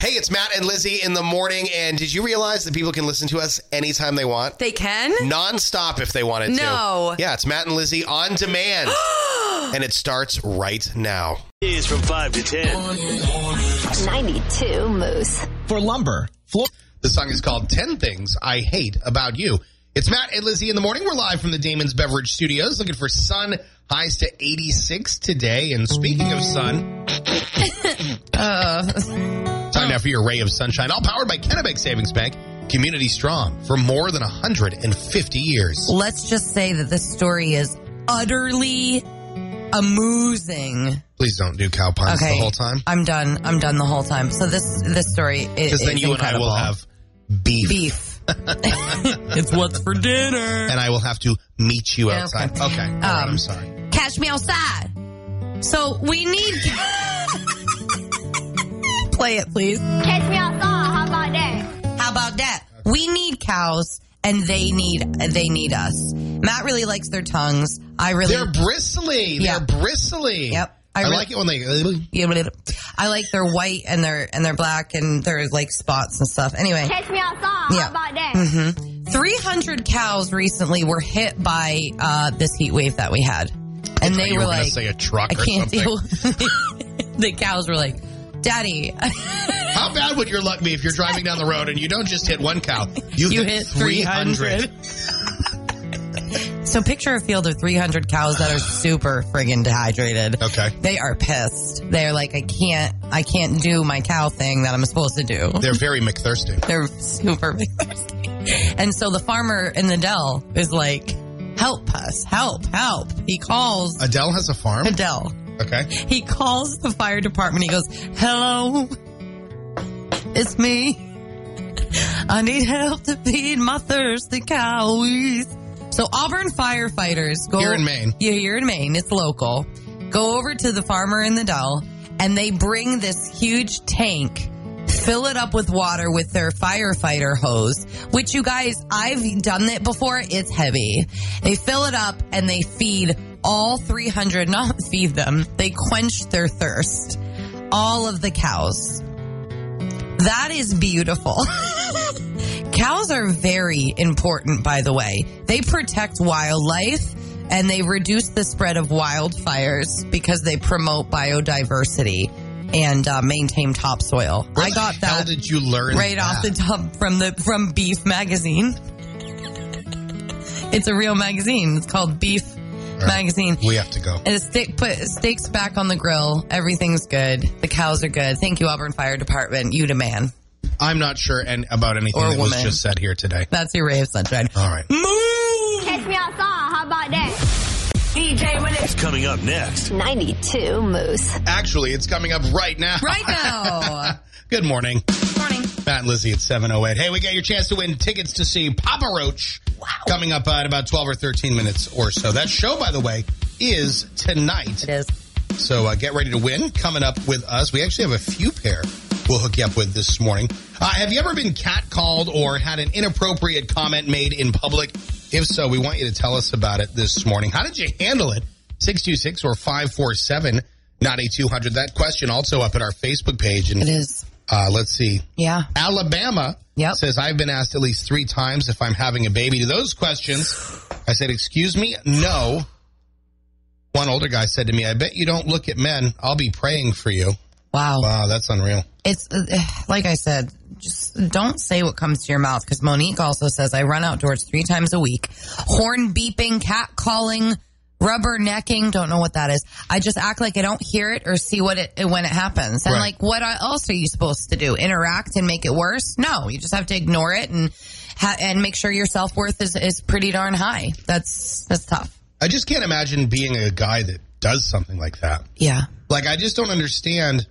It's Matt and Lizzie in the morning. And did you realize that people can listen to us anytime they want? They can? Nonstop if they wanted to. No. Yeah, it's Matt and Lizzie on demand. and it starts right now. Is from 5 to 10. 92 Moose. For lumber, floor. The song is called 10 Things I Hate About You. It's Matt and Lizzie in the morning. We're live from the Damon's Beverage Studios looking for sun highs to 86 today. And speaking of sun, uh, time now for your ray of sunshine, all powered by Kennebec Savings Bank, community strong for more than 150 years. Let's just say that this story is utterly amusing. Please don't do cow puns the whole time I'm done. I'm done the whole time. So this this story is because then is you incredible. and I will have beef, beef. it's what's for dinner. and I will have to meet you Okay. outside. Okay, All right, Um, I'm sorry. Catch me outside. So we need. Play it, please. Catch me outside. How about that? How about that? We need cows, and they need they need us. Matt really likes their tongues. I really. They're bristly. Yeah. They're bristly. Yep. I, I re- like it when they. Yeah, but it- I like their white and their and their black and their like spots and stuff. Anyway, Catch me outside. Yeah. How about that? 300 cows recently were hit by uh, this heat wave that we had, and Oh, they you were gonna like, say a truck "I or can't something. deal." the cows were like, "Daddy, How bad would your luck be if you're driving down the road and you don't just hit one cow, you, you hit 300." so picture a field of 300 cows that are super friggin' dehydrated. Okay. They are pissed. They're like, "I can't, I can't do my cow thing that I'm supposed to do." They're very McThirsty. They're super big thirsty. And so the farmer in the dell is like, help us, help, help. He calls Adele has a farm. Adele. Okay. He calls the fire department. He goes, hello, it's me. I need help to feed my thirsty cows. So Auburn firefighters go Here in Maine. Yeah, you're in Maine. It's local. Go over to the farmer in the dell, and they bring this huge tank, fill it up with water with their firefighter hose. Which you guys, I've done it before. It's heavy. They fill it up and they feed all 300. Not feed them. They quench their thirst. All of the cows. That is beautiful. Cows are very important, by the way. They protect wildlife and they reduce the spread of wildfires because they promote biodiversity and uh, maintain topsoil. Where I the got Hell that did you learn right off the that? top from the from Beef magazine. it's a real magazine. It's called Beef magazine. We have to go. And the steak put steaks back on the grill. Everything's good. The cows are good. Thank you, Auburn Fire Department. You demand. I'm not sure and about anything Or that was woman. just said here today. That's your ray of sunshine. All right. Catch me outside. How about that? Coming up next. 92 Moose. Actually, it's coming up right now. Right now. Good morning. Matt and Lizzie at 708. Hey, we got your chance to win tickets to see Papa Roach coming up uh, in about 12 or 13 minutes or so. That show, by the way, is tonight. it is. So uh, get ready to win. Coming up with us, we actually have a few pair we'll hook you up with this morning. Uh, have you ever been catcalled or had an inappropriate comment made in public? If so, we want you to tell us about it this morning. How did you handle it? 626 or 547 9200. That question also up at our Facebook page. And It is. Uh, let's see. Yeah. Alabama Yep. says, I've been asked at least three times if I'm having a baby. To those questions, I said, Excuse me? No. One older guy said to me, I bet you don't look at men. I'll be praying for you. Wow. Wow, that's unreal. It's uh, like I said, just don't say what comes to your mouth because Monique also says I run outdoors three times a week, horn beeping, cat calling, rubber necking. Don't know what that is. I just act like I don't hear it or see what it when it happens. And Right. like, what else are you supposed to do? Interact and make it worse? No, you just have to ignore it and ha- and make sure your self worth is is pretty darn high. That's that's tough. I just can't imagine being a guy that does something like that. Yeah. Like, I just don't understand.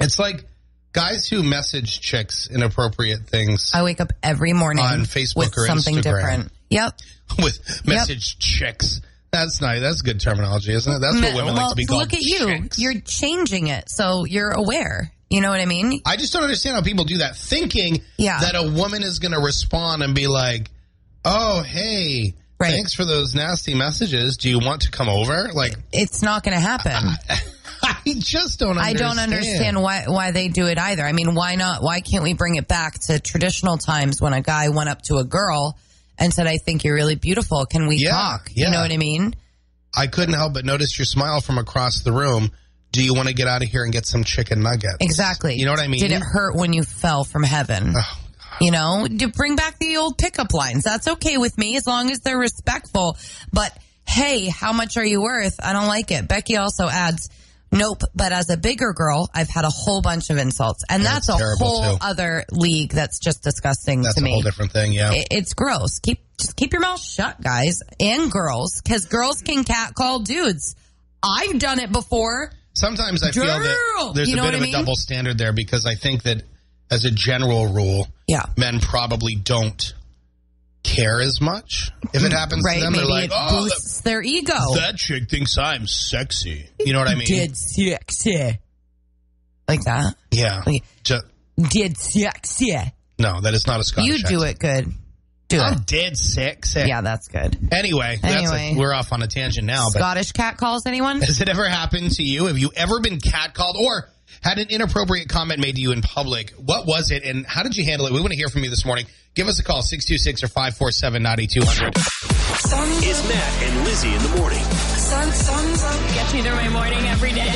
It's like guys who message chicks inappropriate things I wake up every morning On Facebook with or something Instagram. different. Yep. with message chicks. That's nice. That's good terminology, isn't it? That's what women well, like to be called. look at you. chicks. You're changing it, so you're aware. You know what I mean? I just don't understand how people do that, thinking Yeah. that a woman is going to respond and be like, "Oh, hey, Right. thanks for those nasty messages. Do you want to come over?" Like, It's not going to happen. I just don't I understand. don't understand why why they do it either. I mean, why not? Why can't we bring it back to traditional times when a guy went up to a girl and said, "I think you're really beautiful. Can we Yeah, talk?" yeah. You know what I mean? I couldn't help but notice your smile from across the room. Do you want to get out of here and get some chicken nuggets? Exactly. You know what I mean? Did it hurt when you fell from heaven? Oh, You know, to bring back the old pickup lines. That's okay with me as long as they're respectful. But hey, how much are you worth? I don't like it. Becky also adds, nope, but as a bigger girl, I've had a whole bunch of insults. And Yeah, that's it's a terrible, too. whole other league that's just disgusting that's to a me. whole different thing. Yeah. It- it's gross. Keep just keep your mouth shut, guys, and girls, because girls can catcall dudes. I've done it before. Sometimes I feel that Girl! there's You a know bit what of I a mean? double standard there because I think that as a general rule, Yeah. men probably don't care as much if it happens Right, to them. maybe they're like, it oh, boosts their ego. that, that chick thinks I'm sexy. You know what I mean? Did sexy. Like that. Yeah. Like- Ju- Did sexy. no, that is not a Scottish You do it good. Do I'm it. dead sexy. Yeah, that's good. Anyway, that's a, Anyway. we're off on a tangent now. But Scottish cat calls anyone? Has it ever happened to you? Have you ever been catcalled or had an inappropriate comment made to you in public? What was it and how did you handle it? We want to hear from you this morning. Give us a call, 626 or 547 9200. Sun, It's Matt and Lizzie in the morning. sun, sun, sun. Gets me through my morning every day.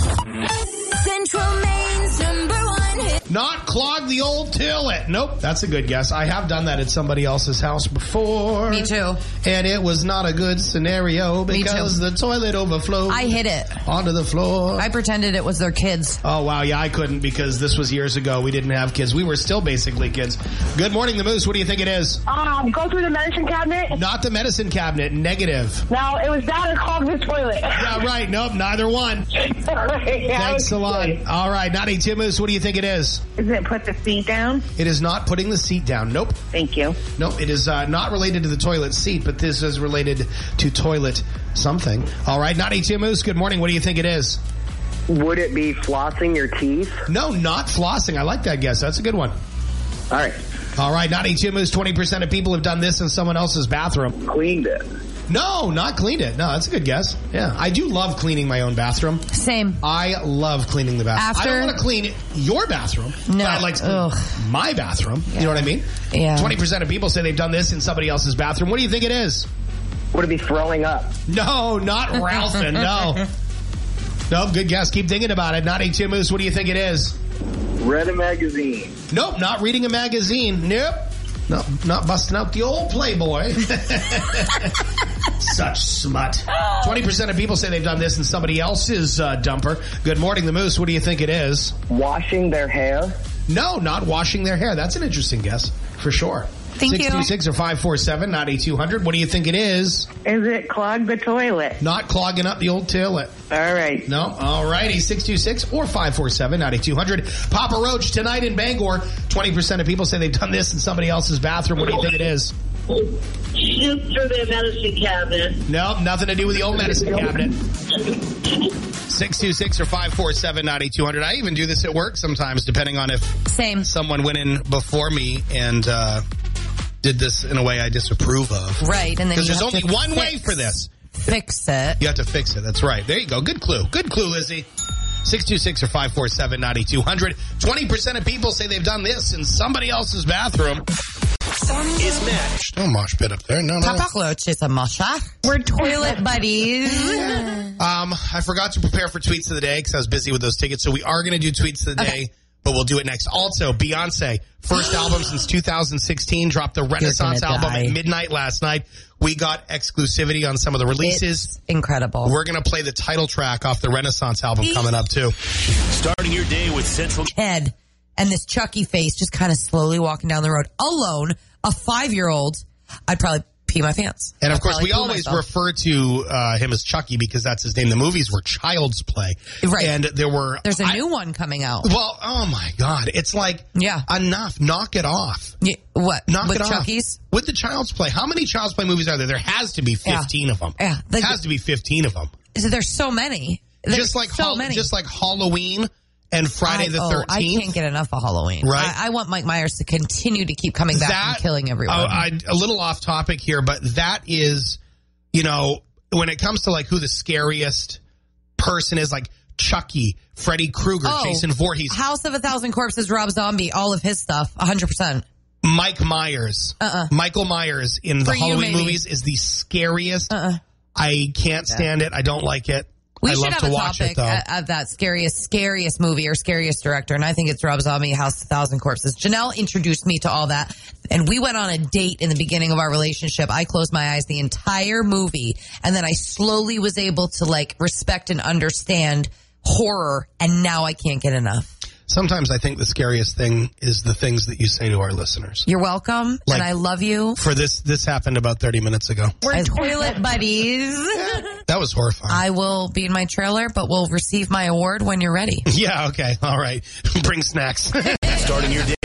92 Moose. Central Maine's number one hit. Not clog the old toilet. Nope, that's a good guess. I have done that at somebody else's house before. Me too. And it was not a good scenario Me too. because the toilet overflowed I hit it. onto the floor. I pretended it was their kids. Oh wow, yeah, I couldn't because this was years ago. We didn't have kids. We were still basically kids. Good morning, the Moose. What do you think it is? Um, go through the medicine cabinet. Not the medicine cabinet. Negative. No, it was that or clog the toilet. Yeah, right. Nope, neither one. Thanks Thanks a lot. All right, Naughty Tim Moose. What do you think it is? Isn't it put the seat down? It is not putting the seat down. Nope. Thank you. Nope. It is uh, not related to the toilet seat, but this is related to toilet something. All right, Naughty Tim Moose. Good morning. What do you think it is? Would it be flossing your teeth? No, not flossing. I like that guess. That's a good one. All right, All right, Naughty Tim Moose. Twenty percent of people have done this in someone else's bathroom. cleaned it. No, not cleaned it. No, that's a good guess. Yeah. I do love cleaning my own bathroom. Same. I love cleaning the bathroom. I After- don't want to clean your bathroom. No. but I like to clean Ugh. my bathroom. You know what I mean? Yeah. 20% of people say they've done this in somebody else's bathroom. What do you think it is? Would it be throwing up? No, not Ralphin. no. Nope, good guess. Keep thinking about it. Not a Moose. What do you think it is? Read a magazine. Nope, not reading a magazine. Nope. Nope, not busting out the old Playboy. Such smut. 20% of people say they've done this in somebody else's uh, dumper. Good morning, the Moose. What do you think it is? Washing their hair. No, not washing their hair. That's an interesting guess, for sure. Thank you. 626 or 547 9200. What do you think it is? Is it clog the toilet? Not clogging up the old toilet. All right. No? All righty. 626 or 547 9200. Papa Roach tonight in Bangor. 20% of people say they've done this in somebody else's bathroom. What do you think it is? shoot through the medicine cabinet. Nope, nothing to do with the old medicine cabinet. 626 or 547 9200. I even do this at work sometimes, depending on if Same. someone went in before me and uh, did this in a way I disapprove of. Right. And then Because you there's have only to one way fix- for this. Fix it. You have to fix it. That's right. There you go. Good clue. Good clue, Lizzie. 626 or 547 9200. 20% of people say they've done this in somebody else's bathroom. It's Matt No mosh pit up there. No, no. Papa Roach is a masha. We're toilet buddies. Um, I forgot to prepare for tweets of the day because I was busy with those tickets. So we are going to do tweets of the day, but we'll do it next. Also, Beyonce, first album since 2016, dropped the Renaissance gonna album at die. midnight last night. We got exclusivity on some of the releases. It's incredible. We're going to play the title track off the Renaissance album coming up too. starting your day with Central. head and this Chucky face just kind of slowly walking down the road alone, a five year old, I'd probably pee my pants. And of I'd course, probably we pee always myself. refer to uh, him as Chucky because that's his name. The movies were Child's Play, Right. And there were There's a I- new one coming out. Well, oh my God, it's like Yeah. enough, knock it off. Yeah, what? Knock with it off. Chucky's? With the Child's Play. How many Child's Play movies are there? There has to be 15 of them. Yeah. They- has to be 15 of them. So There's so many. There's just like so Hall- many. just like Halloween and Friday the I, oh, 13th. I can't get enough of Halloween. Right. I, I want Mike Myers to continue to keep coming back and killing everyone. Oh, I- a little off topic here, but that is, you know, when it comes to like who the scariest person is, like Chucky, Freddy Krueger, Jason Voorhees, Oh, House of a Thousand Corpses, Rob Zombie, all of his stuff, 100%. Mike Myers, Uh-uh. Michael Myers in the For you, Halloween maybe. Uh-uh. movies is the scariest. I can't stand it. I don't like it. We I should love have to a watch topic it though. uh, of that scariest, scariest movie or scariest director, and I think it's Rob Zombie, House of Thousand Corpses. Janelle introduced me to all that, and we went on a date in the beginning of our relationship. I closed my eyes the entire movie, and then I slowly was able to like respect and understand horror, and now I can't get enough. Sometimes I think the scariest thing is the things that you say to our listeners. You're welcome, Like- and I love you. For this, this happened about 30 minutes ago. We're toilet buddies. That was horrifying. I will be in my trailer, but will receive my award when you're ready. yeah, okay. All right. Bring snacks. Starting your day.